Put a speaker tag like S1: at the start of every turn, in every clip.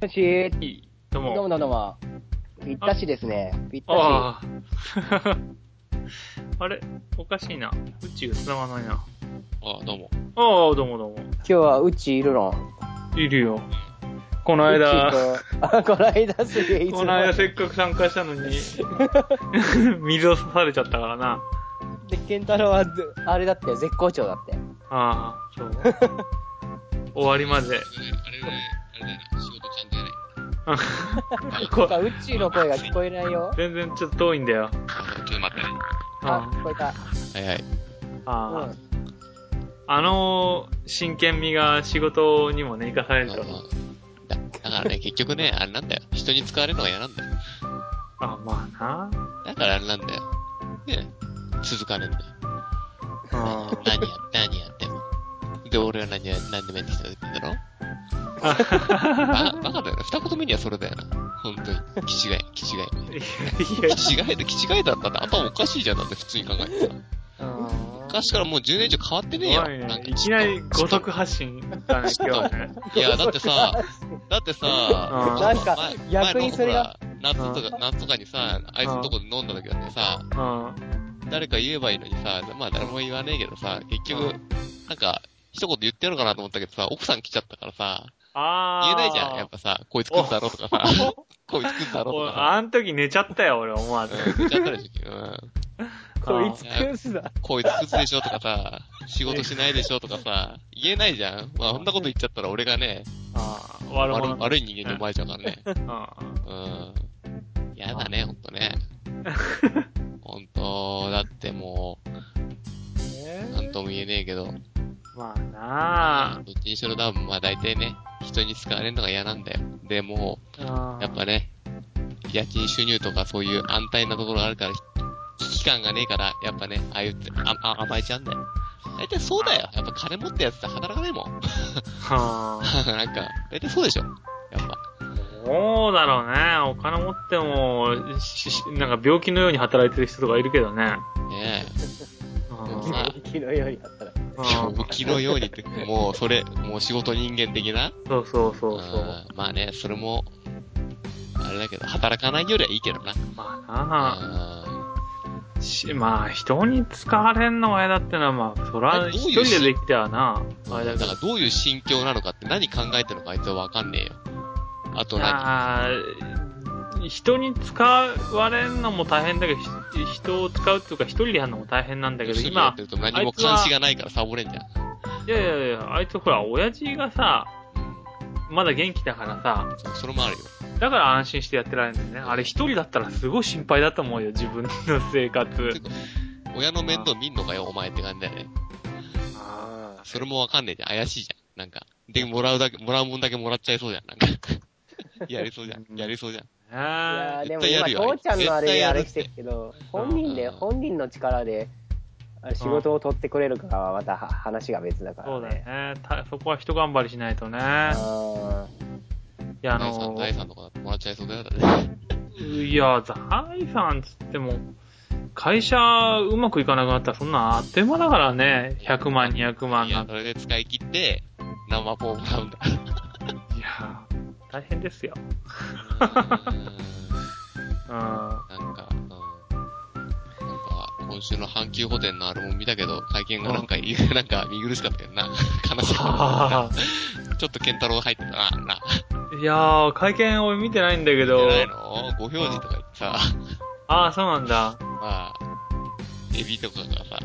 S1: もし、
S2: いい。どう
S1: どうも
S2: も。
S1: どうもどうも。ぴったしですね。ぴった
S2: ああ。 あれおかしいな。宇宙が繋がらないな。
S3: あ、どうも。
S2: ああ、どうもどうも。
S1: し。今日はうちいるろん。
S2: いるよ。この
S1: う
S2: 間、
S1: ちと。あ、こないだすげえ、いつも
S2: この間せっかく参加したのに、 水を刺されちゃったからな。
S1: で、ケンタロウは、ずあれだって、絶好調だって。
S2: ああ、そう。 終わりまで。
S3: あれだね、あれだね、あれだね、仕事ちゃんとやれ。
S1: そ
S2: こ
S1: っか、うちの声が聞こえないよ。
S2: 全然ちょっと遠いんだよ。
S3: あちょっと待ってね。
S1: あ、聞こえた。
S3: はいはい。
S2: あ
S1: う
S2: ああの真剣味が仕事にもね、生かされるから。
S3: だだからね、結局ね、あれなんだよ。人に使われるのが嫌なんだよ。
S2: あまあ
S3: だからあれなんだよ。ね続かねえんだよ。
S2: な。うん
S3: 何や、何やっても。で、俺は何や、何でもやってきたって言うんだろ バカバカだよな。二言目にはそれだよな。本当に。気違い、気違い。
S2: いやいや
S3: 気違いで、気違いだったって頭おかしいじゃん。だって普通に考えてさ。昔からもう10年以上変わってねえよ。
S2: 怖い
S3: な
S2: ね
S3: ん。か
S2: いきなり五足発進だね、今日は ね。
S3: いや、だってさ、だってさ、
S2: ん
S3: 前
S1: なんか
S3: 前
S1: 逆にそれが
S3: 前のほら夏とか、夏とかにさ、あいつのとこで飲んだ時だってさ、
S2: うん。
S3: 誰か言えばいいのにさ、まあ誰も言わねえけどさ、結
S2: う
S3: 局、なんか、一言言ってやろうかなと思ったけどさ、奥さん来ちゃったからさ、
S2: ああ。
S3: 言えないじゃん。やっぱさ、こいつ来るだろうとかさ、 こいつ来るだろう
S2: お
S3: と
S2: い
S3: かさ。
S2: あん時寝ちゃったよ、俺思わず。
S3: うん言っちゃったでしょうん
S1: こいつクズだ。
S3: こいつ靴でしょとかさ、仕事しないでしょとかさ、言えないじゃん。まあ、こんなこと言っちゃったら俺がね、
S2: ああ、悪
S3: 悪
S2: 者。
S3: い悪い人間に思われちゃうからね。
S2: うん
S3: うん。やだね、ほんとね。ほんと、だってもう、なんとも言えねえけど、
S2: まあなあ
S3: どっちにしろ多分、まあ大体ね、人に使われるのが嫌なんだよ。でも、
S2: うん。
S3: やっぱね、家賃収入とかそういう安泰なところがあるから、危機感がねえから、やっぱね、ああいうって、あ、あ、甘えちゃうんだよ。大体そうだよ。やっぱ金持ったやつって働かねえもん。
S2: はあ
S3: なんか、大体そうでしょ。やっぱ。
S2: そうだろうね。お金持っても、ししなんか病気のように働いてる人とかいるけどね。
S3: ねえ。
S2: うん
S3: うん
S1: 気のようになったら。
S2: うん
S3: 病 気のようにって、もうそれ、もう仕事人間的な
S2: そうそうそうそう。
S3: うんまあね、それも、あれだけど、働かないよりはいいけどな。
S2: まあな
S3: うん
S2: あ、しまあ人に使われんのが嫌だってのはまあ、そ
S3: あどう
S2: ら
S3: いう
S2: 一人でできたらな、あれだ
S3: だ
S2: け
S3: か
S2: ど
S3: ら。どういう心境なのかって何考えてるのかあいつはわかんねえよ。あと何
S2: あー人に使われんのも大変だけど、ひ人を使うっていうか一人でやるのも大変なんだけど、
S3: 一人でやっ
S2: 今
S3: て、ると何も監視がないからサボれんじゃん。
S2: いやいやいや、あいつほら、親父がさ、
S3: うん
S2: まだ元気だからさ、
S3: そうそれもあるよ。
S2: だから安心してやってられるんだよね。あれ一人だったらすごい心配だと思うよ、自分の生活
S3: て。か親の面倒見んのかよ、お前って感じだよね。
S2: あ
S3: それもわかんねえじゃん。怪しいじゃん。なんか。で、もらうだけ、もらうもんだけもらっちゃいそうじゃん。なんか。 やりそうじゃん。やりそうじゃん。
S1: い
S2: あ
S1: やーでも
S3: 絶対や
S1: 今、
S3: るよあ
S1: 父
S3: いつ
S1: ちゃんのあ
S3: 絶対
S1: れで
S3: や
S1: あ
S3: るっ
S1: れ
S3: て
S1: してるけど、本人で、
S3: うん
S1: 本人の力で、あ仕事を取ってくれるかはまたは話が別だから、ね。
S2: そうだね。たそこは一頑張りしないとね。いや、あ
S3: 第三、
S2: の、
S3: 第三の子だってもらっちゃいそうだよ。だって
S2: いや、財産つっても、会社うまくいかなくなったらそんなんあっという間だからね。100万、200万
S3: いや
S2: なん、て。
S3: それで使い切って、生ポーもらうんだ。
S2: いや、大変ですよ。うん。あ
S3: なんか、うん。なんか、今週の阪急ホテルのあれも見たけど、会見がなんか、なんか見苦しかったけどな。悲しか
S2: あ。
S3: った。ちょっと健太郎入ってたな、な。
S2: いやー、会見俺見てないんだけ
S3: じゃ
S2: ど。
S3: ないのご表示とか言ってさ、
S2: ああ、そうなんだ。
S3: まあ、エビとかがさ、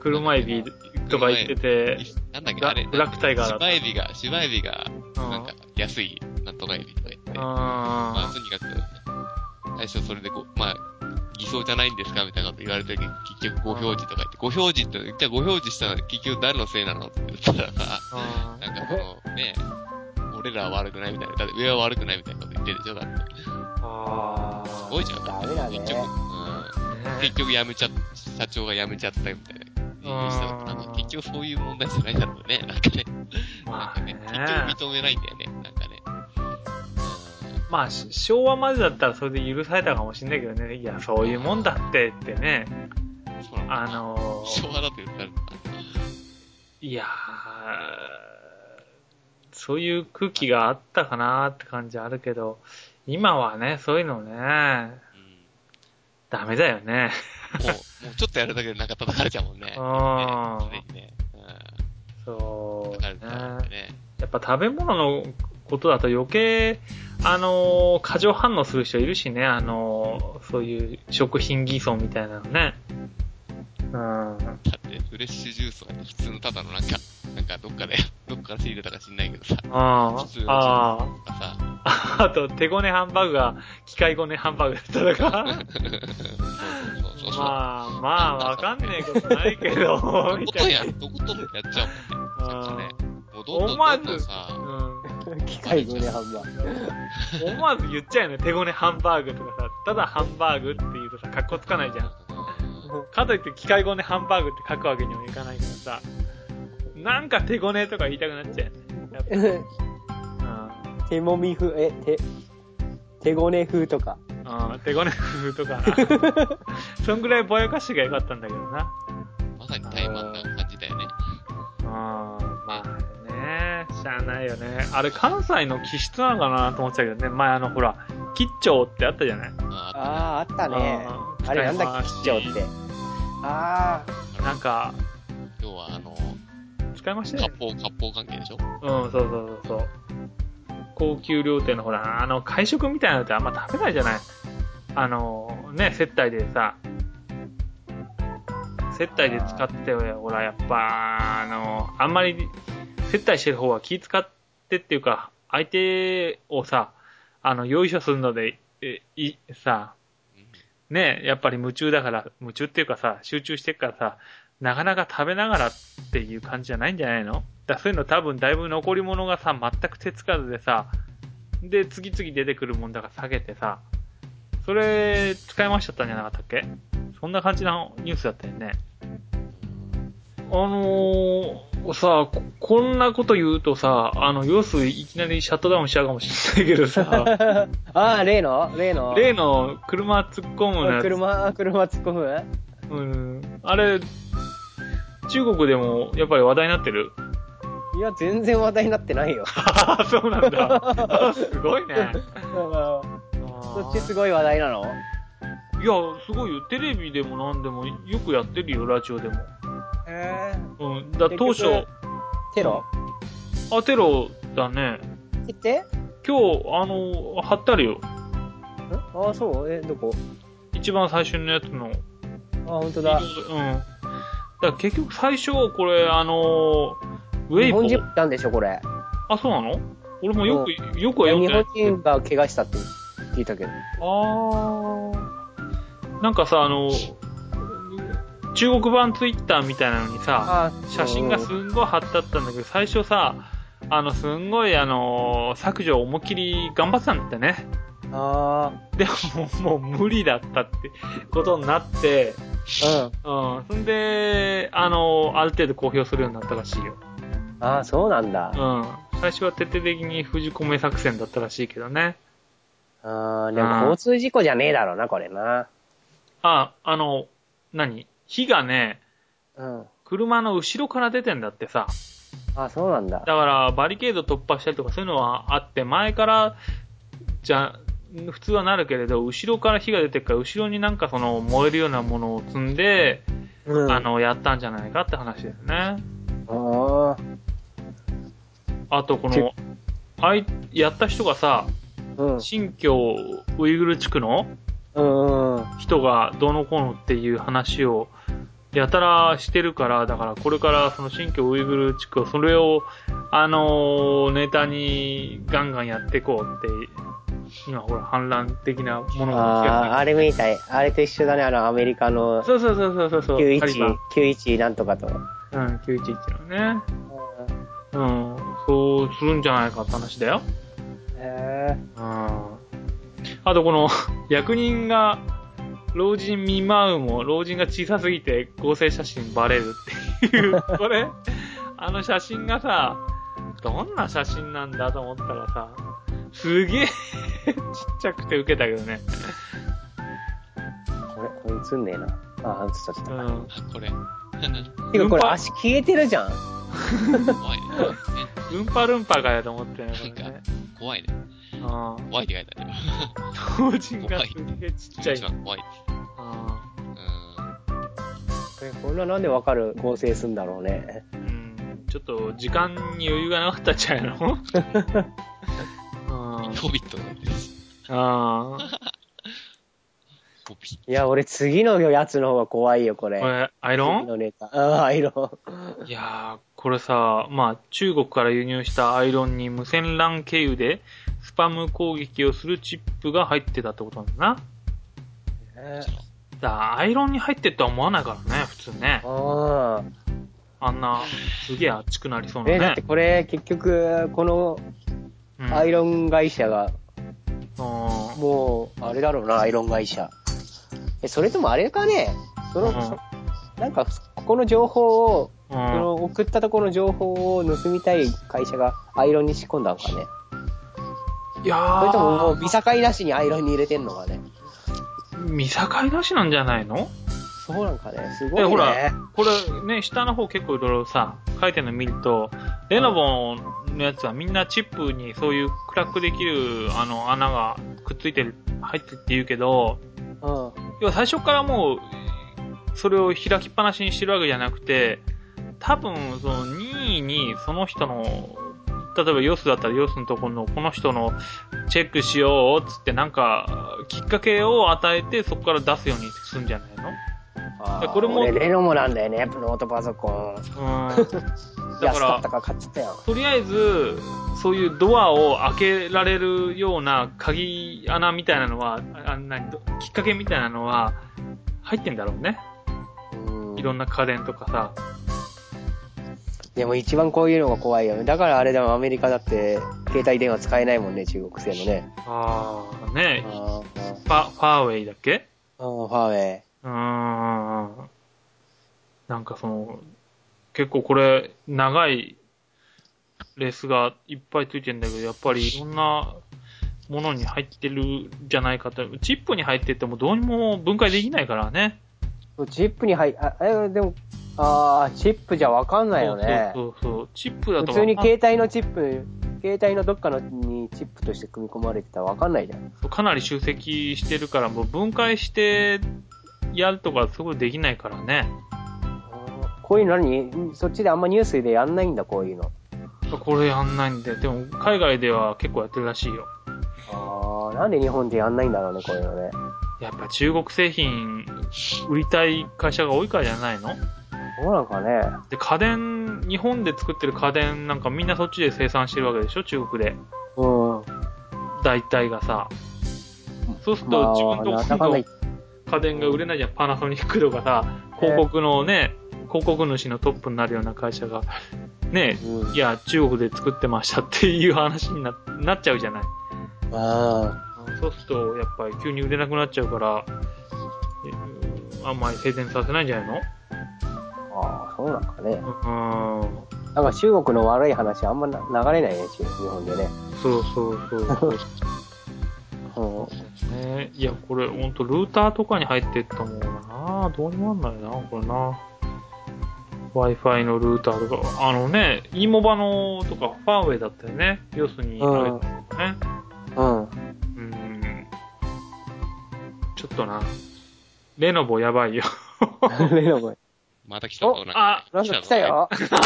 S2: 車エビとか言ってて、
S3: なんだっ
S2: ブ
S3: け、
S2: ラ
S3: あれ、
S2: ブラックタイガーだった
S3: 芝エビが、芝エビが、
S2: う
S3: なん
S2: ん
S3: か。、安い、なんとかエビとか言って。まあ、
S2: あ
S3: とにかく、最初それでこう、まあ、偽装じゃないんですかみたいなこと言われて、結局ご表示とか言って、ご表示って、じゃあご表示したのは結局誰のせいなのって言ったらさ、
S2: あ。
S3: なんかその、ね、俺らは悪くないみたいな、だって上は悪くないみたいなこと言ってるでしょだって。
S2: あ
S3: すごいじゃん。
S1: ダメだね
S3: 結局、うん。結局辞めちゃっ、社長が辞めちゃったみたいな。人だったなんか結局そういう問題じゃないだろうね。なんかね、なん
S2: ま
S3: か
S2: あ
S3: ね
S2: ね、。
S3: 結局認めないんだよね。なんかね。うん
S2: まあ、し昭和までだったらそれで許されたかもしんないけどね。いや、そういうもんだってってね。
S3: そうなんだ
S2: あのー
S3: 昭和だと言ったら、
S2: いやそういう空気があったかなって感じあるけど、今はね、そういうのね、
S3: うん
S2: ダメだよ ね。
S3: もう、もうちょっとやるだけでなんか叩かれちゃうもんね。
S2: あー
S3: ね常にね。うん。
S2: そう、
S3: 叩か
S2: ね
S3: れて。たんでね。
S2: やっぱ食べ物のことだと余計、あのー過剰反応する人いるしね、あのーそういう食品偽装みたいなのね。うん。
S3: だって、フレッシュジュースは普通のただのなんか、なんかどっかで、 どっから仕入れたか知んないけどさ、
S2: あ
S3: 普通の
S2: あ、あ
S3: なんかさ、
S2: あ、あと手ごねハンバーグが機械ごねハンバーグだったとか。
S3: そうそうそうそう。
S2: まあ、まあ、わかんねえことないけ ど、み
S3: とこ
S2: た
S3: と
S2: い
S3: ん
S2: な。
S3: や、とことんやっちゃうもんね。なんかね、もうどんどん
S2: 思わず
S3: どんどんさ、
S2: うん
S1: 機械ごねハンバーグ。
S2: 思わず言っちゃうよね。手ごねハンバーグとかさ、ただハンバーグって言うとさ、かっこつかないじゃん。かといって機械ごねハンバーグって書くわけにもいかないからさ、なんか手ごねとか言いたくなっちゃうよね。やっぱうん
S1: 手もみ風、え、手、手ごね風とか。
S2: うん、手ごね工夫とか な。そんぐらいぼやかしが良かったんだけどな。
S3: まさに怠慢な感じだよね。
S2: うん、まあね、しゃあないよね。あれ関西の気質なのかなと思ってたけどね、前あのほら、吉兆ってあったじゃない
S3: あ
S1: ああ、あったね。
S2: あー
S1: あれなんだっけ、吉
S2: 使い回
S1: 祥
S2: し
S1: って。ああ、
S2: なんか、
S3: 要はあの、
S2: 使いましたよ
S3: 割
S2: ね。
S3: 烹、割烹関係でしょ
S2: うん、そうそうそうそう。高級料亭のほら、あの、会食みたいなのってあんま食べないじゃないあの、ね、接待でさ、接待で使って、ほら、やっぱ、あの、あんまり、接待してる方は気使ってっていうか、相手をさ、あの、用意書するので、え、い、さ、ね、やっぱり夢中だから、夢中っていうかさ、集中してっからさ、なかなか食べながらっていう感じじゃないんじゃないのだそういうの多分だいぶ残り物がさ、全く手つかずでさ、で、次々出てくるもんだから下げてさ、それ、使い回しちゃったんじゃなかったっけそんな感じのニュースだったよね。あのー、さこ、こんなこと言うとさ、あの、要するいきなりシャットダウンしちゃうかもしれないけどさ、
S1: ああ、例の例の
S2: 例の車突っ込むのやつ
S1: 車、車突っ込む
S2: うん。あれ、中国でもやっぱり話題になってる
S1: いや、全然話題になってないよ。
S2: ああ、そうなんだ。 すごいね。
S1: そ
S2: そ
S1: っちすごい話題なの
S2: いや、すごいよ。テレビでも何でもよくやってるよ、ラジオでも。
S1: へ
S2: うん。だ
S1: 結局
S2: 当初、
S1: テロ
S2: あ、テロだね。
S1: 切って
S2: 今日、あの、貼ってあるよ。
S1: んああ、そうえ、どこ
S2: 一番最初のやつの。
S1: あ、本当
S2: うん。
S1: だ
S2: だか。ら結局最初、これ、あの、ウェ
S1: 日
S2: イボ
S1: 本人
S2: ー。
S1: なんでしょ、これ。
S2: あ、そうなの俺もよく、よくは
S1: い
S2: 読
S1: や
S2: ん
S1: 日
S2: でない
S1: 本。人が怪我したって聞いたけど。
S2: あー。なんかさ、あの、中国版ツイッターみたいなのにさ、
S1: あ
S2: 写真がすんごい貼ってあったんだけど、最初さ、あの、すんごい、あの、削除を思いっきり頑張ってたんだってね。
S1: あ
S2: でも、もう無理だったってことになって、
S1: あ、
S2: うん。そんで、あの、ある程度公表するようになったらしいよ。
S1: うん。ああ、そうなんだ。
S2: うん。最初は徹底的に封じ込め作戦だったらしいけどね。
S1: ああ、で
S2: うん
S1: も交通事故じゃねえだろうな、これな。
S2: あ、あの、何火がね、
S1: うん。あ
S2: 車の後ろから出てんだってさ。
S1: あ、そうなんだ。
S2: だから、バリケード突破したりとかそういうのはあって、前から、じゃ、普通はなるけれど、後ろから火が出てるから、後ろになんかその燃えるようなものを積んで、
S1: うん。
S2: あの、やったんじゃないかって話ですね。
S1: あ
S2: あと、この、あい、やった人がさ、
S1: あ、うん。
S2: 新疆ウイグル地区の
S1: うん。
S2: 人がどうのこうのっていう話を、やたらしてるから、だからこれからその新疆ウイグル地区を、それを、あのーネタにガンガンやっていこうって、今ほら反乱的なもの
S1: ああ、
S2: が
S1: あれみたい。あれと一緒だね、あの、アメリカの
S2: そうそうそうそうそうそう。タリバ
S1: 91
S2: ン、
S1: 91なんとかと。
S2: うん、911のね。うん、そうするんじゃないかって話だよ。
S1: へ
S2: うん。あとこの、 役人が、老人見舞うも、老人が小さすぎて合成写真バレるって いう、これ、あの写真がさ、どんな写真なんだと思ったらさ、すげえちっちゃくてウケたけどね。
S1: ーこれ、これ映んねえな。ああ、映っちゃっ
S2: う
S1: た。
S2: ん。
S3: あ、これ。
S1: てか、これ
S2: 運搬
S1: 足消えてるじゃん。
S3: 怖いね。怖いね
S2: うんぱるんぱかやと思ってないからね。
S3: 怖いね。
S2: あ
S3: 怖いって書いてある。
S2: 当人がすげえちっちゃい
S3: 一。番怖い。
S2: あ
S3: うん。
S4: えこんななんでわかる合成すんだろうね。
S2: ーうん。ちょっと、時間に余裕がなかったんちゃう のあー
S3: ホビットなんです。
S2: あー。
S3: ホビッ
S4: いや、俺次のやつの方が怖いよ、これ。
S2: これ、アイロ
S4: 次
S2: ン
S4: のネタ。ああ、アイロン。
S2: いやー、これさ、まあ、中国から輸入したアイロンに無線 LAN 経由でスパム攻撃をするチップが入ってたってことなんだな。だからアイロンに入ってるとは思わないからね、普通ね。
S4: ああ。
S2: あんな、すげえ熱くなりそうな
S4: え、だっ
S2: ね
S4: て。これ、結局、この
S2: うん
S4: アイロン会社が、
S2: うん
S4: もう、あれだろうな、アイロン会社。え、それともあれかね、その、
S2: うん
S4: そなんか、ここの情報を、
S2: う
S4: そ
S2: ん
S4: の送ったところの情報を盗みたい会社がアイロンに仕込んだのかね。
S2: いやー
S4: それとももう、見境なしにアイロンに入れてんのかね。
S2: 見境なしなんじゃないの
S4: そうなんかね、すごい
S2: え、
S4: ね。
S2: ほら、これね、下の方結構いろいろさ、書いてるの見ると、レノボのやつはみんなチップにそういう暗くできるあの穴がくっついてる、入ってるって言うけど、
S4: うん。
S2: 要は最初からもう、それを開きっぱなしにしてるわけじゃなくて、多分、その任意にその人の、例えばヨスだったらヨスのところのこの人のチェックしようっつってなんかきっかけを与えてそこから出すようにするんじゃないの
S4: あ
S2: いや
S4: ー
S2: これも
S4: 俺レノモなんだよね、ノートパソコン。
S2: うん。だ
S4: 安
S2: か
S4: からった、から買っちゃったよ。
S2: とりあえず、そういうドアを開けられるような鍵穴みたいなのは、ああ何どきっかけみたいなのは入ってんだろうね。
S4: うん
S2: いろんな家電とかさ。
S4: でも一番こういうのが怖いよね。だからあれだもんアメリカだって、携帯電話使えないもんね、中国製のね。
S2: ああ、
S4: あ
S2: ね
S4: ーあ
S2: ファ、ファーウェイだっけ
S4: ー、ファーウェイ。
S2: うーん。なんかその、結構これ、長いレースがいっぱいついてんだけど、やっぱりいろんなものに入ってるじゃないかと。チップに入っててもどうにも分解できないからね。
S4: チップに入っ、あ、え、でも、あーチップじゃわかんないよね。
S2: そうそうそう。チップだと
S4: 普
S2: わか
S4: 通
S2: ん
S4: に携帯のチップ、携帯のどっかのにチップとして組み込まれてたらわかんないじゃん。
S2: かなり集積してるから、もう分解してやるとかすごいできないからね。
S4: こういうの何そっちであんまニュースでやんないんだ、こういうの。
S2: これやんないんで、でも海外では結構やってるらしいよ。
S4: あーなんで日本でやんないんだろうね、こういうのね。
S2: やっぱ中国製品売りたい会社が多いからじゃないの
S4: どうなんかね。
S2: で、家電、日本で作ってる家電なんかみんなそっちで生産してるわけでしょ中国で。
S4: う
S2: 大体がさ。そうする
S4: ん。ま
S2: と自
S4: あ、
S2: 分
S4: な
S2: と
S4: かな
S2: こ
S4: か
S2: の
S4: い
S2: 家電が売れないじゃん、パナソニックとかさ、広告のね、広告主のトップになるような会社が、ね、
S4: うん
S2: いや、中国で作ってましたっていう話にななっちゃうじゃない。
S4: あ
S2: そうすると、やっぱり急に売れなくなっちゃうから、えーあんまり静電させないんじゃないの
S4: ーあー、そうなんかね。
S2: う
S4: なんか中国の悪い話あんまな流れないね、中日本でね。
S2: ん、そうそうそう
S4: うん。
S2: そう、ね。いや、これほんとルーターとかに入ってったもんな。どうにもなんないな、これな。Wi-Fi のルーターとか、あのね、e モバのとか、ファーウェイだったよね。要するに、あれだったよね。
S4: うん。
S2: うん。ちょっとな。レノボやばいよ。
S4: レノボ。
S3: また来たぞ、なんか。
S2: あ、
S4: なんか来たよ。
S3: 来たよ。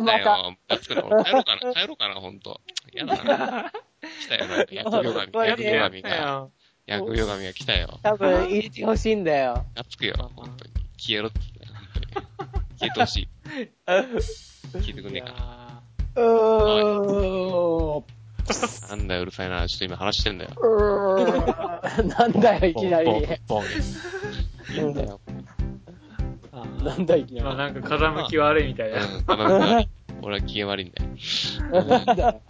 S3: ムカつくな俺帰ろうかな、帰ろうかな、ほんと。やだな。来たよ、なんか、薬用神、
S4: や
S2: や
S4: っ
S2: っ
S4: ぱ
S3: 薬
S4: りね
S3: 用神が、薬用神が来たよ。
S4: 多分、言ってほしいんだよ。
S3: ムカつくよ、ほんとに。消えろって言ったよ、ほんとに。消えてほしい。聞いてくん
S2: い
S3: ねえ
S2: や
S3: かな。
S4: うーん。
S3: なんだよ、うるさいな。ちょっと今話してんだよ。
S4: うーんなんだよ、いきなり。
S3: ポンポンポンいいんだよ。
S2: ー
S4: なんだいき
S2: まあ
S4: な
S2: なんか風向き悪いみたいな。
S3: うん、ごめんごめん俺は機嫌悪いんだよ。
S4: り。なんだよ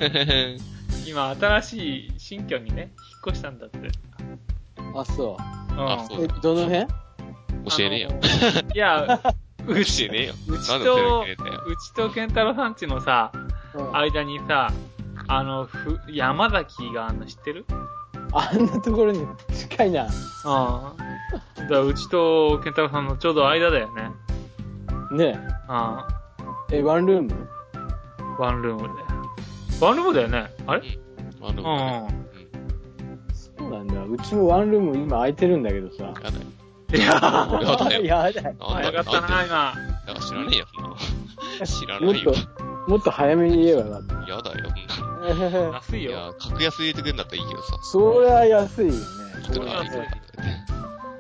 S2: 今、新しい新居にね、引っ越したんだって。
S4: あ、そう。
S2: うん
S3: あ、そう
S4: え
S3: だ。、
S4: どの辺
S3: 教えねえよ。
S2: い や、う
S3: 教
S2: ち
S3: えねえよ。
S2: うち
S3: なんで
S2: と
S3: 教え、てくれんだよ。
S2: うちと健太郎さんちのさ、
S4: うん
S2: 間にさ、あの、ふ山崎があの、知ってる
S4: あんなところに近いな。
S2: うん。だからうちと健太郎さんのちょうど間だよね。
S4: ね
S2: うん。
S4: え、ワンルーム
S2: ワンルームで。ワンルームだよねあれ
S3: ワンル
S2: う
S3: ームだね。
S2: ん。
S4: そうなんだ。うちもワンルーム今空いてるんだけどさ。
S3: やだよ。
S2: いや、
S3: やだよ。
S4: やだよ。
S2: 早か
S3: なんだよ。
S2: った
S3: なん
S2: な、
S3: で
S2: 今。
S3: だから知らねえよ、 そんなの知ら
S4: も
S3: な
S4: っ
S3: いよ。
S4: と、もっと早めに言えばよかっ
S3: やだよ、そんなの
S4: た。
S2: 安い
S3: い
S2: よ。
S3: や、格安入れてくれんだったらいいけどさ。
S4: そりゃ安いよね。
S3: いくら入れてくれんだったら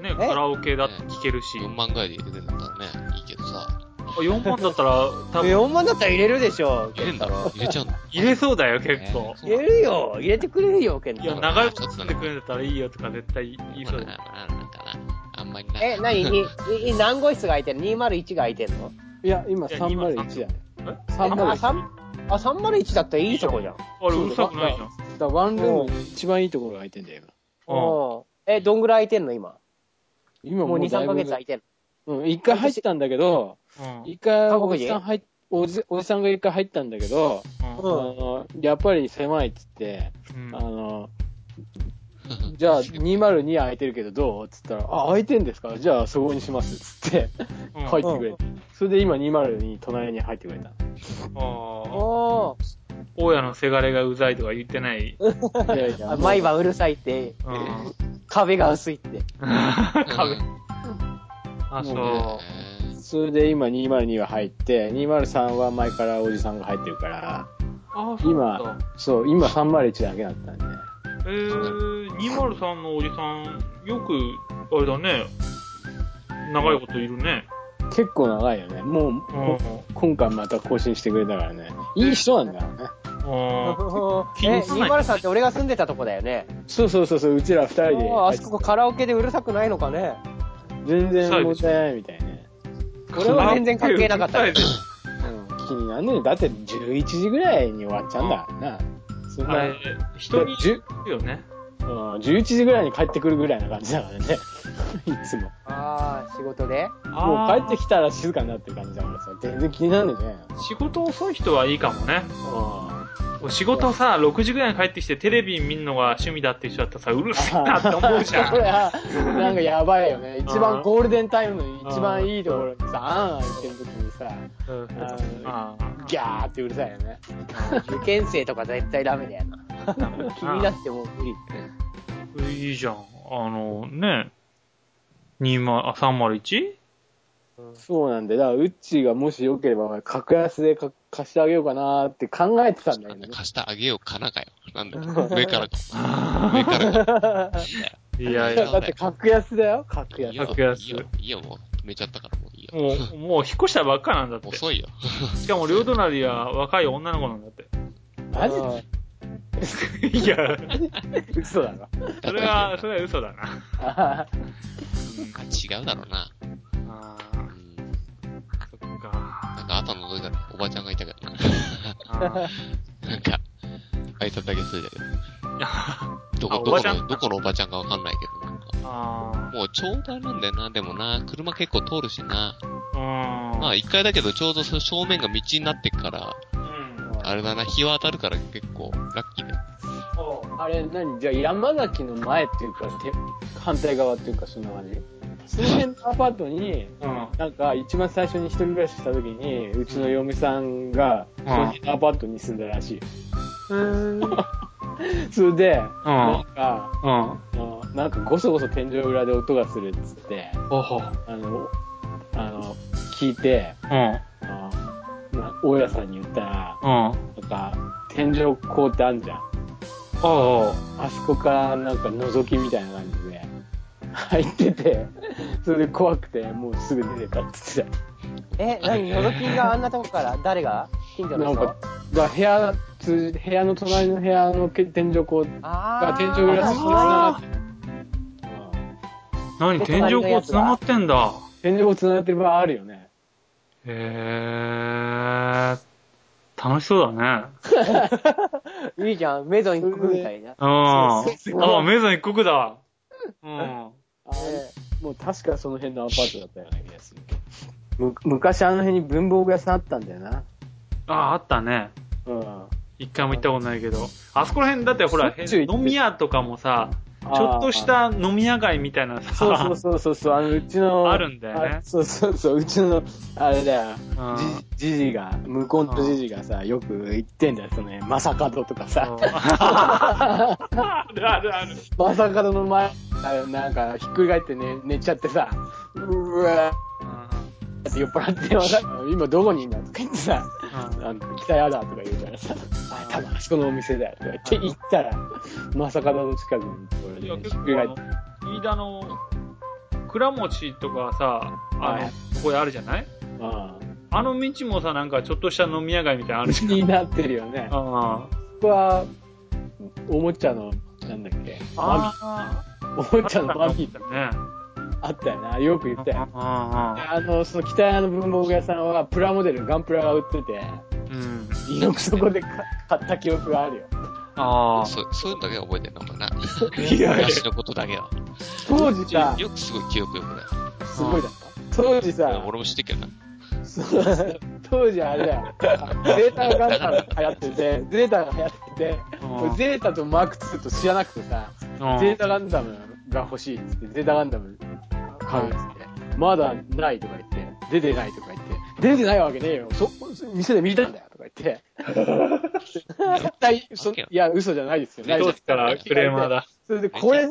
S2: ね、カラオケだって聴けるし。
S3: 4万ぐらいで入れてくれんだったらね、いいけどさ。
S2: あ4万だったら、多分、
S1: 4万だったら入れるでしょ。
S3: 入れんだ
S1: ろ
S3: ろ入れちゃうんだ。
S2: 入れそうだよ、結構。
S1: 入れるよ。入れてくれるよ、ケン
S2: い
S1: タ
S2: や、長いこと作ってくれたらいいよとか絶対言い
S3: 今
S2: そ
S3: な
S2: うだよ。
S3: なんかな、あんまりな。
S1: え、なに、に、に何号室が空いてる ?201 が空いてるの
S4: いや、今
S2: いや今
S4: 301だね。
S2: え
S1: あ、
S4: 301
S1: 3、あ、301だったらいいとこじゃん。
S2: あれ、うるさくないじゃ
S4: だ
S2: ん。
S4: からワンルームに一番いいところが空いてんだよ、
S2: うん。
S1: うん。え、どんぐらい空いてんの今。
S4: 今。今
S1: もう2、
S4: だい
S1: 3
S4: ぶ
S1: ヶ月空いてんの。
S4: うん、一回入ったんだけど、
S2: うん。
S4: 一回
S1: 韓
S4: お
S1: 国
S4: じ
S1: 人
S4: さん入っおじ、おじさんが一回入ったんだけど、
S1: う
S4: あ
S1: ん
S4: の、やっぱり狭いっつって、
S2: うん
S4: あの、じゃあ202空いてるけどどうっつったら、あ、空いてんですかじゃあそこにしますっつって
S2: うん
S4: 入ってくれて。それで今202隣に入ってくれた。
S2: ああ
S1: おー
S2: 大家のせがれがうざいとか言ってな
S4: い
S2: い。
S4: やいや
S1: あ毎晩うるさいって、
S2: うん。
S1: 壁が薄いって。
S2: 壁
S3: う。ん
S2: あ、
S4: も
S2: そ
S3: え
S4: それで今202は入って、203は前からおじさんが入ってるから、
S2: う。あ、そうなんだ
S4: 今。、そう、今301だけだったんで。
S2: えー、203のおじさん、よく、あれだね、長いこといるね。
S4: 結構長いよね。もう、
S2: うん。
S4: 今回また更新してくれたからね。いい人なんだよね。
S2: うん。気
S1: え、
S2: にしない
S1: 203って俺が住んでたとこだよね。
S4: そうそうそう、そううちら二人で入ってて。
S1: おーあそこカラオケでうるさくないのかね。
S4: 全然問題ないみたいね。
S1: これは全然関係なかったけど
S4: うん。気になんねえ。だって11時ぐらいに終わっちゃうんだからな。そん
S2: あ
S4: な、
S2: れ、人に
S4: じゅ
S2: いるよね。
S4: うん、11時ぐらいに帰ってくるぐらいな感じだからね。 いつも。
S1: ああ、仕事で
S4: もう帰って
S2: き
S4: きたら静かになってる感じだからさ。全然気になんねえじゃん。
S2: 仕事遅い人はいいかもね。
S4: うん
S2: 仕事さ、6時ぐらいに帰ってきてテレビ見るのが趣味だっていう人だったらさ、うるせえなって思うじゃ
S4: そり
S2: ん。
S4: ゃ なんかやばいよね。一
S2: うん
S4: 番ゴールデンタイムの一番いいところにさ、あんあん言ってる時にさ、
S2: うん
S4: あ
S2: あ
S4: のギャーってうるさいよね。
S1: 受験生とか絶対ダメだよな。
S2: ー
S1: 気になってもう無理。
S2: いいじゃん。あの、ね、20、あ、301?
S4: そうなんで、だから、うっちーがもしよければ、格安でか貸してあげようかなーって考えてたんだけどね。
S3: 貸してあげようかなかよ。なん だよ。上からか。上からか。
S2: いやい
S4: だ
S2: や。
S4: って格安だよ、格
S3: い
S4: 安
S3: い。よ
S2: 格安
S3: いいよ、いいよもう。止めちゃったからもういいよ。
S2: もう、もう引っ越したばっかなんだって。
S3: 遅いよ。
S2: しかも両隣は若い女の子なんだって。
S4: マジで
S2: いや、
S4: 嘘だろ。
S2: それは、それは嘘だな。
S4: あ
S3: あ違うだろうな。
S2: あ
S3: う
S2: ー
S3: ん。
S2: そっか。
S3: なんか朝覗いたらおばちゃんがいたけどな。
S2: あ
S3: なんか、挨拶だけするだけ
S2: ー
S3: ど。ど
S2: あ
S3: こ、
S2: お
S3: どこ
S2: ばちゃん
S3: の、どこのおばちゃんかわかんないけど、なんか。
S2: あ
S3: もうちょうどあるんだよな。でもな、車結構通るしな。
S2: ー。うん。
S3: まあ一回だけどちょうどその正面が道になってっから、
S2: うん。
S3: あれだな、日は当たるから結構ラッキーだよ。
S4: あれ、何じゃあ、山崎の前っていうか、て反対側っていうか、そんな感じその辺のアパートに、
S2: うん。
S4: なんか、一番最初に一人暮らしした時に、うちの嫁さんが、その辺のアパートに住んだらしいよ。それで、
S2: うん
S4: なんか、
S2: うん。
S4: あのなんかごそごそ天井裏で音がするっつって、
S2: おほ。
S4: あの、あの、聞いて、
S2: うん。
S4: あのな大家さんに言ったら、
S2: うん。
S4: なんか、天井こうってあんじゃん。
S2: おうおう。
S4: あそこからなんか覗きみたいな感じで、入ってて、それで怖くて、もうすぐ出てたって言って
S1: え、何のぞきがあんなとこから誰が近
S4: た。
S1: 所の
S4: なん
S1: 人
S4: か、だ部屋、通じ部屋の隣の部屋のけ天井こう
S1: あ
S4: が
S1: あ。
S4: 天井裏
S2: あ
S4: 通
S2: ー
S4: じてなって、
S2: 何天井こう繋がってんだ。
S4: うん天井つながってる場合あるよね。
S2: へえ。楽しそうだね。
S1: いいじゃん、メゾン一国みたいな。
S2: うん。あ、メゾン一国だわ。うん。
S4: あもう確かその辺のアパートだったような気がするけど。む昔あの辺に文房具屋さんあったんだよな。
S2: あ、あったね。
S4: うん。あ
S2: 一回も行ったことないけど。あそこら辺だってほら、
S4: しょっちゅう行って
S2: 飲み屋とかもさ、ちょっとした飲み屋街みたいなさ、
S4: そうそうそうそうそう、あの、うちの、
S2: あるんだよ
S4: あ
S2: ね
S4: そうそうそう、うちの、あれだよ、
S2: うん
S4: じじじが、向こうのじじがさ、よく行ってんだよ、そのね、まさかどとか
S2: そ
S4: さ
S2: う、 あるあるある。
S4: まさかどの前、あれなんか、ひっくり返って寝寝ちゃってさ、うわ
S2: うん
S4: ーって酔っ払ってわか、今どこにいんだとか言ってさ、なんか、北屋だとか言うからさ、あ、多分あそこのお店だよとか言って行ったら、まさかどの近くに、これ
S2: い
S4: で、
S2: や、
S4: ひっ
S2: 結構
S4: くり
S2: あ
S4: 返っ
S2: の
S4: て、、
S2: 飯田の倉餅とかさ、あ
S4: は
S2: の
S4: い、
S2: ここにあるじゃない
S4: あ
S2: あの道もさ、なんかちょっとした飲み屋街みたいなのあるじ
S4: あ、になってるよね。
S2: ゃん。あ
S4: 僕は、おもちゃの、なんだっけ、マ
S2: あ
S4: ギおもちゃのマギ
S2: だね。
S4: あったよな、よく言ったよ。
S2: あ
S4: あの、その北屋の文房具屋さんは、プラモデル、ガンプラが売ってて、
S2: あ、うん。
S4: よくそこでか買った記憶があるよ。
S2: ああ、
S3: そう、そういうのだけは覚えてるのかな。
S4: いやいや
S3: 昔のことだけは。
S4: 当時さ、
S3: よくすごい記憶よくない。
S4: すごいだった。当時さ、
S3: 俺も知ってっけどな。
S4: そう当時あれだよ。ゼータガンダムが流行ってて、ゼータが流行ってて、
S2: うん
S4: ゼータとマーク2と知らなくてさ、
S2: うん
S4: ゼータガンダムが欲しいっつって、ゼータガンダム買うっつって、まだないとか言って、出てないとか言って、出てないわけねえよ、そ店で見たんだよとか言 って、絶対そ、いや、嘘じゃないですよ、
S2: どうしたらクレーマーだ。
S4: それで、これ、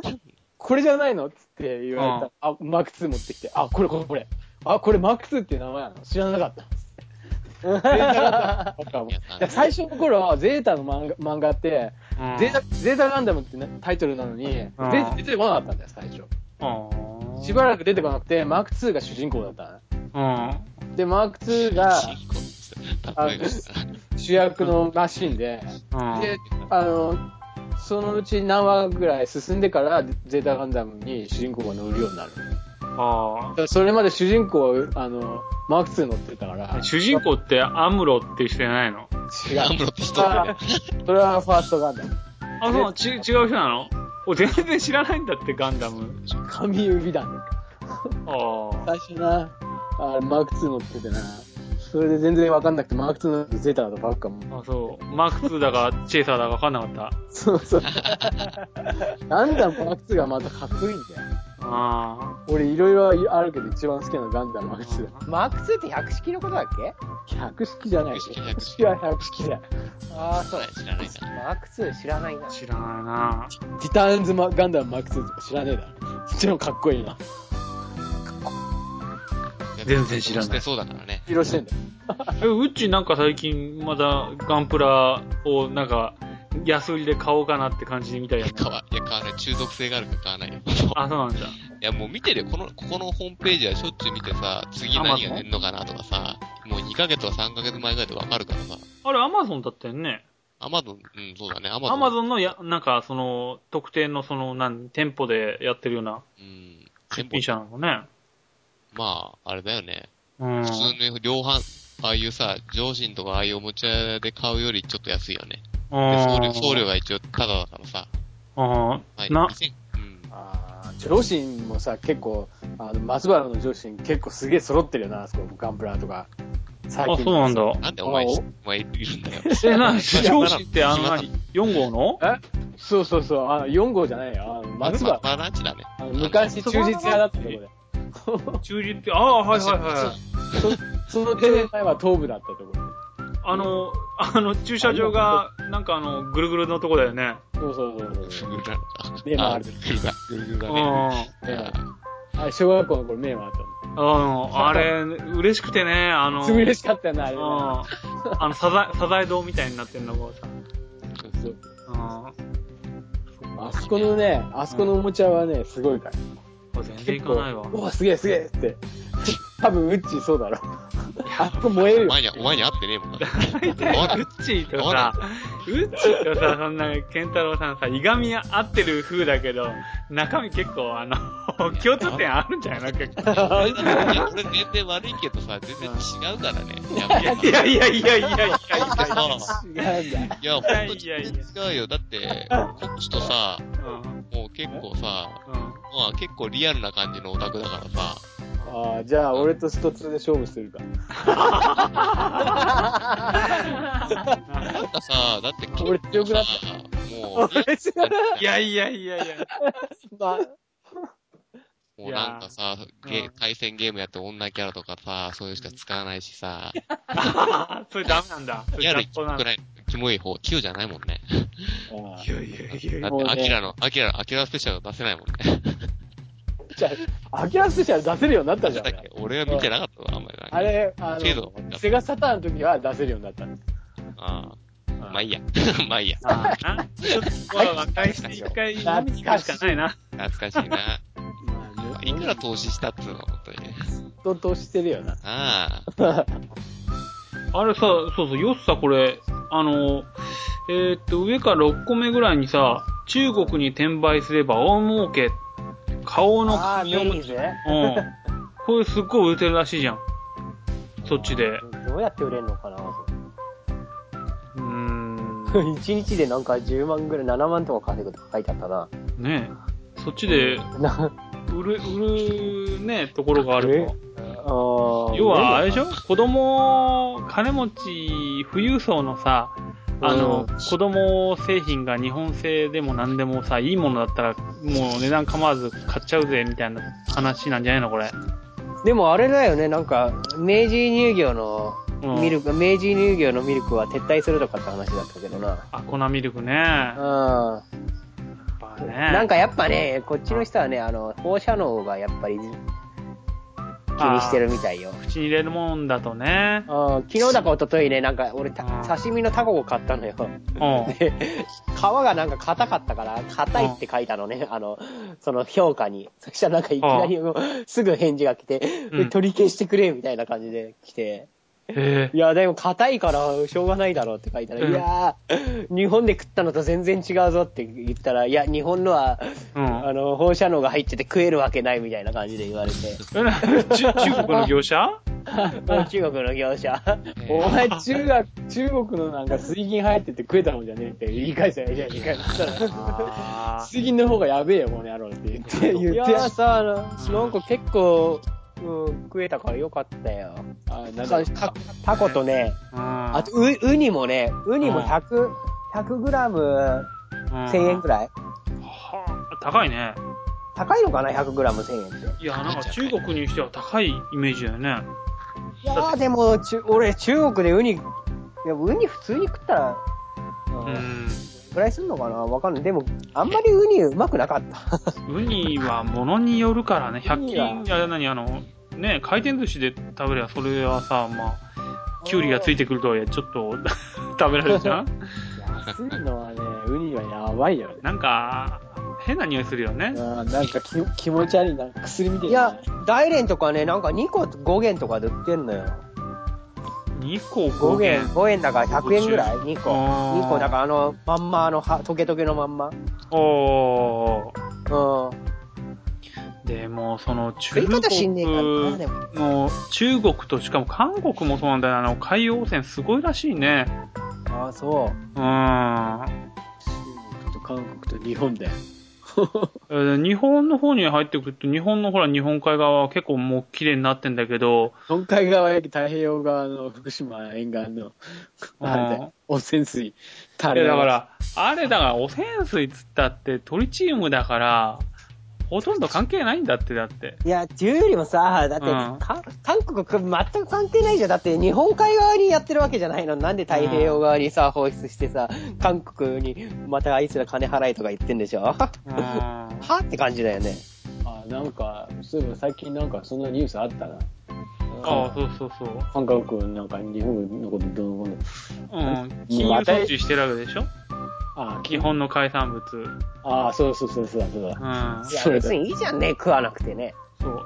S4: これじゃないのっつって言われた。あ、マーク2持ってきて。あ、これこれこれ。あ、これマーク2っていう名前なの知らなかった。ゼータガン ダムいや最初の頃はゼータの漫画漫画って、
S2: うん
S4: ゼータゼータガンダムってね、タイトルなのに、ゼータ出てこなかったんだよ、最初。
S2: うん
S4: しばらく出てこなくて、マーク2が主人公だったのね
S2: うん。
S4: で、マーク2が
S3: 例えがしたら
S4: 主役のマシンで、
S2: うん。
S4: で、あの、そのうち何話ぐらい進んでから、ゼータガンダムに主人公が乗るようになる。
S2: あ
S4: それまで主人公は、あの、マーク2乗ってたから。
S2: あ。主人公ってアムロっていう人じゃないの
S4: 違う。
S3: アムロって人だよね
S4: それはファーストガンダム。
S2: あ、そう、ち違う人なの俺全然知らないんだって、ガンダム。
S4: 神指弾。
S2: ああ。
S4: 最初な、あれマーク2乗っててな。それで全然わかんなくて、マーク2乗ってゼータだとばっかも。
S2: あ、そう。マーク2だか、チェイサーだか分かんなかった。
S4: そう そう。なんだ、マーク2がまたかっこいいんだよ。
S2: あ
S4: 俺いろいろあるけど、一番好きなガンダムマーク2だ。
S1: マーク2って100式のことだっけ
S4: 百式じゃない。
S3: 百式
S4: 百式は百式だよ。
S1: ああ、そう。
S3: 知らないか
S1: マーク2知らないな
S2: あ。。知らないな
S4: ティターンズマガンダムマーク2とか知らねえだろ。そっちの方がかっこいいな。
S3: ら。
S2: 全然知らない
S3: そうだからね。
S4: 色してんだよ。
S2: え、うっちなんか最近、まだガンプラをなんか、安売りで買おうかなって感じみたいやね。
S3: 買わ、いや、買わない。中毒性があるから買わないよ。
S2: あ、そうなんだ。
S3: いや、もう見てるよ。この、ここのホームページはしょっちゅう見てさ、次何が出んのかなとかさ、もう2ヶ月とか3ヶ月前ぐらいでわかるからさ。
S2: あれ、アマゾンだったよね。
S3: アマゾン、うん、そうだね、アマゾン。
S2: アマゾンのや、なんか、その、特定の、その、なん、店舗でやってるような
S3: うん。
S2: 出
S3: 全部
S2: 品、者なのね。
S3: まあ、あれだよね。
S2: うん。
S3: 普通の量販、ああいうさ、上品とかああいうおもちゃ屋で買うよりちょっと安いよね。で送料、送料が一応タダだからさ。
S2: ああ
S3: は、い。
S2: な、
S3: 2000うん。
S4: あー上信もさ、結構、あの松原の上信結構すげえ揃ってるよな、あそこ、ガンプラとか。最
S2: あ、そう なんだ。
S3: なんでお前、
S4: お
S3: お前いるん だよ。
S2: え、 な、上司ってあんなに、4号の
S4: そうそうそう、あの4号じゃないよ。あの松原。
S3: まあ、ランチだね。
S4: あの昔、中日屋だったとこで。
S2: 中立って、ああ、はいはいはい。
S4: その10年前は東部だったところで。
S2: あの、あの、駐車場が、なんかあの、ぐるぐるのとこだよね。
S4: そうそうそうそう
S3: グ
S4: そう。
S3: ルグルなのか。
S4: 目もある
S3: グルグルだ。グルグル
S2: う
S3: だ
S2: ん。
S3: ね。
S2: あ
S4: ええあれ小学校の頃、目はあったの。
S2: の、あれ、嬉しくてね、あの、
S4: すごい嬉
S2: し
S4: しかったよな、あれね。
S2: あの、サザエ、サザエ堂みたいになってんのがさ。
S4: そう
S2: うん。
S4: あそこのね、あそこのおもちゃはね、すごいから。
S2: これ全然いかないわ。
S4: おお、すげえすげえって。多分、うっちーそうだろ。あそこ燃える
S3: お
S4: よ。
S3: 前に、 お前に会ってねえもんだ。
S2: 大体、ウッチーとさ、ウッチーとさ、そんな、ケンタロウさんさ、いがみ合ってる風だけど、中身結構、あの、共通点あるんじゃないの結構。
S3: 俺 全然悪いけどさ、全然違うからね。やめよう
S2: いやいやいやいやいやいや。
S4: 違うんだ。
S3: いや、本当に全然違うよ。だって、こっちとさ、
S2: うん
S3: もう結構さ、
S2: うん
S3: まあ結構リアルな感じのオタクだからさ、
S4: ああ、じゃあ、俺とストツーで勝負するか。
S3: なんかさ、だって結構さ
S4: 俺強くなっ
S3: ももう、
S4: 別に
S2: いやいやいやいや。
S4: まあ
S3: もうなんかさ、
S2: いやー
S3: ゲ
S2: うん
S3: 対戦ゲームやって女キャラとかさ、そういうしか使わないしさ、
S2: あーそれダメなんだ。そ
S3: ギ
S2: れ
S3: ャル
S2: 雑
S3: キ
S2: 魚な
S3: モ
S2: ん
S3: く
S2: だ。
S3: らい、キモい方、キュじゃないもんね。
S2: いやいやいやい
S3: だ
S2: や
S3: っ
S4: もう
S3: て、
S4: ね
S3: アキラの、アキラ、アキラスペシャル出せないもんね。
S4: じゃあ、アキラスペシャル出せるようになった
S3: 出
S4: じ
S3: せ
S4: ゃん。あ
S3: たっけ俺は見てなかったわ、あんまり。
S4: れあれ、あ
S3: けど
S4: の、セガサターンの時は出せるようになったんです。
S3: ああまあいい
S2: や。
S3: や。 まあいいや。
S4: あ
S2: なちょっとは和解して一回飲みに行くしかないな。
S3: 懐かし いな。
S4: あ、
S3: いくら投資したっつうの、本当に。
S4: ととしてるよな。
S3: ああ。
S2: あれさ、そうそう、よっさこれ、あの、えーっと、上から6個目ぐらいにさ、中国に転売すれば大儲け、顔の
S4: ああ、メ
S2: 紙を持
S4: イ
S2: つ。
S4: ぜ。
S2: うん。これすっごい売れてるらしいじゃん。そっちで。う
S1: どうやって売れるのかな
S2: ーん。
S1: それ一日でなんか10万ぐらい、7万とか稼ぐとか書いてあったな。
S2: ねえ。そっちで
S1: な
S2: 売る、売るね、ところがある
S1: え
S2: と。
S1: あ
S2: 要は、あれでし
S1: ょ
S2: ょ子供、金持ち、富裕層のさ、あの、
S1: う
S2: 子供製品が日本製でも何でもさ、いいものだったら、もう値段構わず買っちゃうぜ、みたいな話なんじゃないのこれ。
S1: でもあれだよね、なんか、明治乳業の
S2: うん
S1: ミルク、明治乳業のミルクは撤退するとかって話だったけどな。
S2: あ、粉ミルクね。やっ
S1: うん。
S2: ぱね。
S1: なんかやっぱね、こっちの人はね、あの、放射能がやっぱり気にしてるみたいよ。
S2: 口に入れるもんだとね。
S1: うん、昨日だか一昨日ね、なんか俺た
S2: うん
S1: 刺身のタコを買ったのよ。
S2: うん。
S1: で、皮がなんか硬かったから、硬いって書いたのね、あの、その評価に。そしたらなんかいきなりもうすぐ返事が来て、
S2: うん
S1: 取り消してくれ、みたいな感じで来て。
S2: へえ
S1: いや、でも硬いからしょうがないだろうって書いたら、
S2: うん
S1: いやー、日本で食ったのと全然違うぞって言ったら、いや、日本のは、
S2: うん
S1: あの、放射能が入ってて食えるわけないみたいな感じで言われて、
S2: えなち中国の業者
S1: 中国の業者、
S4: お前、中学、中国のなんか水銀入ってて食えたもんじゃねえって言い返したら、いや、言い返したら、
S2: あ
S4: 水銀の方がやべえよ、この野郎って言って、
S1: い
S4: 言
S1: や
S4: ってや
S1: ー
S4: し
S1: さ、あのなんか結構、うん、食えたからよかったよ。
S4: た。あ、なん
S1: タ
S4: だ
S1: タタコとね、
S2: あ。
S1: あとウウニもね、ウニも
S2: うん
S1: 100、100グラム1000円く
S2: らい。
S1: らい
S2: はあ、高いね。
S1: 高いのかな、100グラム1000円って。
S2: いや、なんか中国にしては高いイメージだよね。
S1: いやーでも、ちゅ俺、中国でウニ、いや、ウニ普通に食ったら、うん
S2: う、ん。
S1: ぐらいすんのかなわかんない。でも、あんまりウニうまくなかった。
S2: ウニは物によるからね、100
S4: ウニは
S2: 均、いや、何、あの、ね、回転寿司で食べれば、それはさ、まあ、キュウリがついてくるとはいえ、ちょっと 食べられるじゃ ん
S4: 安いのはね、ウニはやばいよね。
S2: なんか、変な匂いするよね。
S4: あーなんかき気持ち悪いな、薬みたい
S1: い
S4: な
S1: や。、大連とかね、なんか2個5元とかで売ってんのよ。
S2: 2個
S1: 5
S2: 5
S1: 元、
S2: 元。
S1: 5円だから100円ぐらい ?2 個。
S2: あー
S1: 2個だからあの、まんま、あの、はトゲトゲのまんま。
S2: おー。
S1: うん。
S2: でも、その、中
S1: 食い
S2: 国
S1: 方しんねえからな、でも。
S2: の、中国と、しかも韓国もそうなんだよ。あの、海洋汚染すごいらしいね。
S1: ああ、
S2: う
S1: そう。
S2: ん。
S4: 中国と韓国と日本で。
S2: えー日本の方に入ってくると、日本のほら、日本海側は結構もう綺麗になってんだけど、
S4: 日本海側や太平洋側の福島沿岸の、
S2: うん
S4: あれだよ汚染水、
S2: い
S4: 垂
S2: や
S4: れ流
S2: だ
S4: す
S2: から、あれだから、汚染水っつったって、トリチウムだから、ほとんど関係ないんだって、だって。
S1: いや、っていうよりもさ、だって、
S2: うん
S1: か韓国く全く関係ないじゃん。だって日本海側にやってるわけじゃないの。なんで太平洋側にさ、放出してさ、韓国にまたあいつら金払いとか言ってんでしょは
S2: うん。
S1: って感じだよね。
S4: あなんか、そういえば最近なんかそんなニュースあったな。
S2: ああ、そうそうそう。
S4: 韓国なんか日本のことどう思うの
S2: うん。金融措置してるわけでしょ
S4: あ
S2: 基本の海産物。
S4: ああ、そうそうそうそうだそうだ。
S2: うん。
S1: いや、
S4: そうだ
S1: 別にいいじゃんね、食わなくてね。
S2: そう。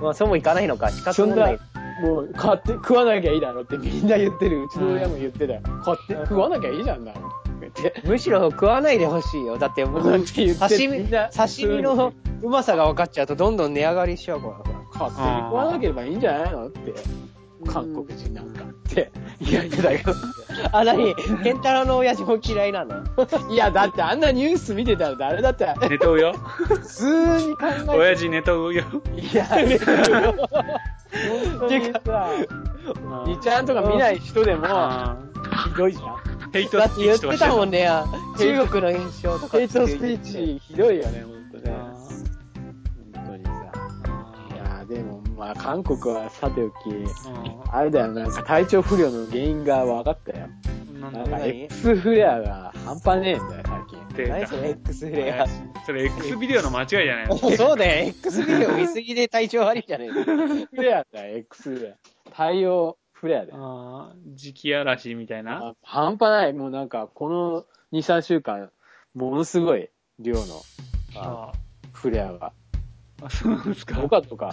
S1: まあ、そうもいかないのか、仕
S4: そ
S1: 方
S4: ん
S1: な。、
S4: ないもう買って食わなきゃいいだろってみんな言ってる。うちの親も言ってたよ。買って食わなきゃいいじゃんな。って。
S1: むしろ食わないでほしいよ。だって、僕
S4: だって言って
S1: 刺
S4: み
S1: 身、
S4: んな
S1: 刺身のうまさが分かっちゃうと、どんどん値上がりしちゃうから。
S4: 買って食わなければいいんじゃないのって。韓国人なんかって言われてたけど。
S1: あ、なに、ケンタロウの親父も嫌いなの
S4: いや、だってあんなニュース見てたら誰だって
S2: 寝とう よ。
S4: 普通に考え
S2: 親父寝とうよ。
S4: て。いや、ね
S1: 本当にさ
S4: 2ちゃんとか見ない人でも、
S2: うん
S4: ひどいじゃん。
S2: ヘイト
S1: だ
S2: ス
S1: っ
S2: ピ
S1: て
S2: ー
S1: 言っ
S2: チとかして
S1: てた
S2: る
S1: もんねや。中国の印象とか。
S4: ヘイトスピーチ、ひどいよね、ほんとね。
S1: あ
S4: 本当にさ。いやーでも、まあ、韓国はさておき、あれだよ、なんか体調不良の原因が分かったよ。
S2: うんなん
S4: な
S2: だ
S4: んか
S1: 何
S4: X フレアが半端ねえんだよ、最近。
S2: って
S1: 何それ、X フレア。
S2: それ X ビデオの間違いじゃないの
S1: そうだよ、X ビデオ見すぎで体調悪いじゃねえか。
S4: X フレアだよ、X フレア。対応フレアだよ。
S2: ああ、時期嵐みたいな。
S4: あ半端ない、もうなんか、この2、3週間、ものすごい量のあ
S2: あ
S4: フレアが。
S2: あ、そうなんですか
S4: と。かとか。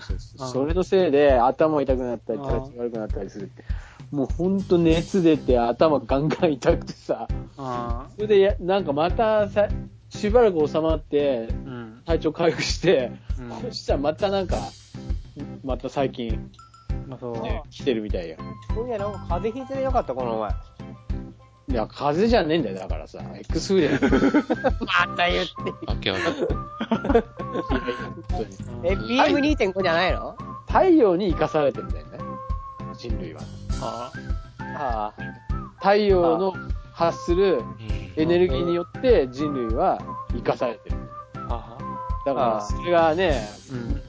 S4: そうそうそう
S2: あ
S4: それのせいで頭痛くなったり、
S2: あ
S4: 体調悪くなったりするって。もうほんと熱出て頭ガンガン痛くてさ。
S2: あ
S4: それでや、なんかまたさ、しばらく収まって、
S2: あ、うん。
S4: 体調回復して、
S2: う
S4: そ
S2: ん
S4: したらまたなんか、また最近、
S2: まあそう。
S4: ね、来てるみたいよ。
S1: そういや、なんか風邪ひいてなかった、この前。
S4: いや、風邪じゃねえんだよ、だからさ。X フレア。いや
S1: また言って。
S3: わけわかんな
S4: 本
S3: い。
S4: 当に
S1: え、PM2.5 じゃないの
S4: 太陽に生かされてるんだよね。人類は。
S2: あ
S1: ああ。
S4: 太陽の発する
S3: うん
S4: エネルギーによって人類は生かされてる。
S2: あ、ああ、
S4: だか
S1: あ
S4: ら、
S1: あ
S4: それがね、
S2: うん。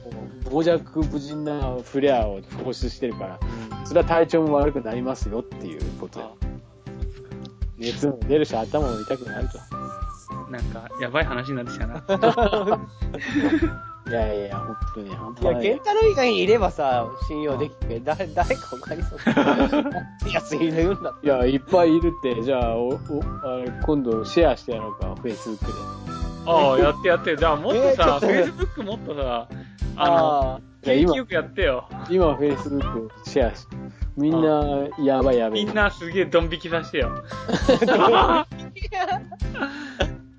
S4: 傍若無人なフレアを放出してるから、
S2: うん
S4: それは体調も悪くなりますよっていうことだよ。熱も出るし、頭も痛くなると。
S2: なんか、やばい話になってきた な。
S4: いやいやいや、本当に半
S1: い
S4: 端
S1: や、
S4: ない
S1: ケン
S4: よ。
S1: タロウ以外にいればさ、信用できて、 誰、誰か他にそう。 いや、ついるんだ。
S4: いや、いっぱいいるって、じゃあ、おおあれ今度シェアしてやろうか、フェイスブックで。
S2: ああ、やってやって。じゃあもっとさ、
S1: えー
S2: Facebook もっとさ、あの、
S4: いや、今
S2: 景気、よくやってよ。
S4: 今フェイスブックシェアし、みんな、やばいやばい。
S2: みんなすげえドン引きさせてよ。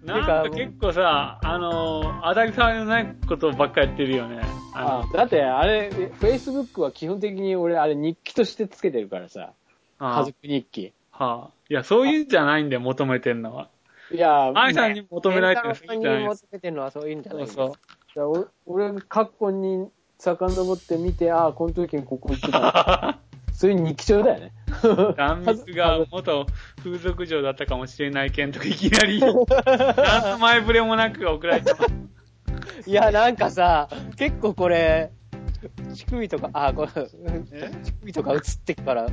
S2: なんか結構さ、あの、当たり障りのないことばっかやってるよね。あ
S4: あ
S2: の
S4: だって、あれ、フェイスブックは基本的に俺、あれ日記としてつけてるからさ。
S2: あ
S4: 家
S2: あ
S4: 族日記。
S2: はあ、いや、そういうんじゃないんで、求めてんのは。
S4: いや、
S2: 愛さんに求められてる
S1: ケ
S2: そういうん
S1: ン
S2: じゃ
S1: タロウ
S2: な
S1: さんに
S2: いです
S1: 求めてるのはそういうんじゃ
S2: そ
S1: ないう
S2: そう。
S4: いやお俺、過去に遡って見て、ああ、この時にここ行って た。そういう日記帳だよね。
S2: 断密が元風俗嬢だったかもしれない件とかいきなり、何の前触れもなく送られてます。
S1: いや、なんかさ、結構これ、乳首とか、あ、これ、
S2: え
S1: 乳首とか映ってっから、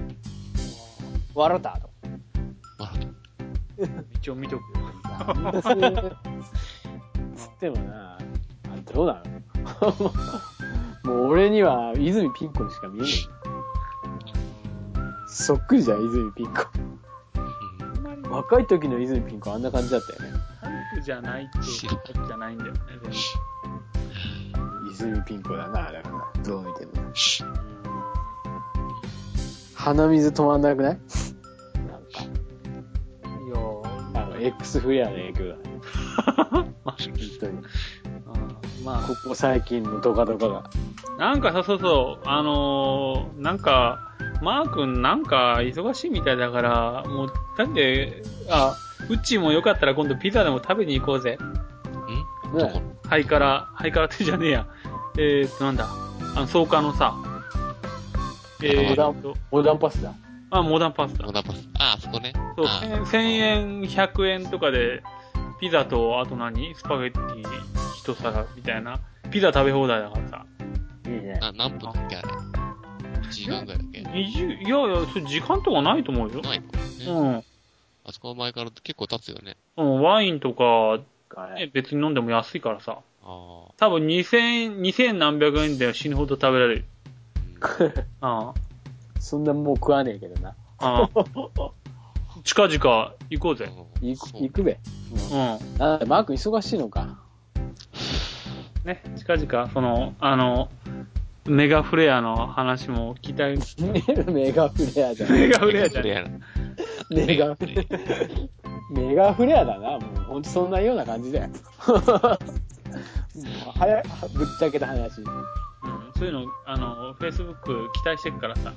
S1: 笑ったと。
S3: ま
S2: 一応見とく
S4: それつってもな、あどうなの もう俺には泉ピン子にしか見えない。そっくりじゃん、泉ピン
S3: あうん
S2: あんまり
S4: 子。若い時の泉ピン子あんな感じだったよね。
S2: タイプじゃないっていうことじゃないんだよね。全然
S4: 泉ピン子だな、だから。どう見ても。鼻水止まんなくないなんか、
S2: いや
S4: あ
S2: ー
S4: の、X フレアの影響だ ね。
S2: ま
S4: 本当に。
S2: あま
S4: ここ最近のドカドカが。
S2: あ、なんかさ、そうそう、あのー、なんか、マー君なんか忙しいみたいだから、もう、だって、あ、うちもよかったら今度ピザでも食べに行こうぜ。
S3: うんどこ
S2: ハイカラ、ハイカラってじゃねえや。えーっと、なんだ。あの、草加のさ、えーっと、
S4: 横断パスだ。
S2: あ、モダンパスタ
S3: モ。ダパス。あ、あそこね。
S2: そう、
S3: あ
S2: 1000 1000円、100円とかで、ピザと、あと何スパゲッティ一皿みたいな。ピザ食べ放題だからさ。
S4: いいね。
S3: あ、何分だっけあれ。1時間ぐらいだっけ
S2: 20いやいや、それ時間とかないと思うよ。
S3: ないの、ね、
S2: う
S3: あそこは前から結構経つよね。
S2: ん。うん、ワインとか、
S4: あれ
S2: ね、別に飲んでも安いからさ。
S3: ああ。
S2: 多分2000、2000何百円で死ぬほど食べられる。あ
S4: そんなもう食わねえけどな。
S2: あ。ああ。近々行こうぜ。
S4: 行く、行くべ。
S2: うん。
S4: あ、マー君忙しいのか。
S2: ね、近々、その、あの、メガフレアの話も聞き たい。
S4: メガフレアじゃん。
S2: メガフレアじゃ
S3: ね
S2: ね
S4: メガ、メガフレアだな。もうほんとそんなような感じだよ。 もうはや、ぶっちゃけた話。
S2: うん、そういうの、あの、Facebook 期待してるからさ。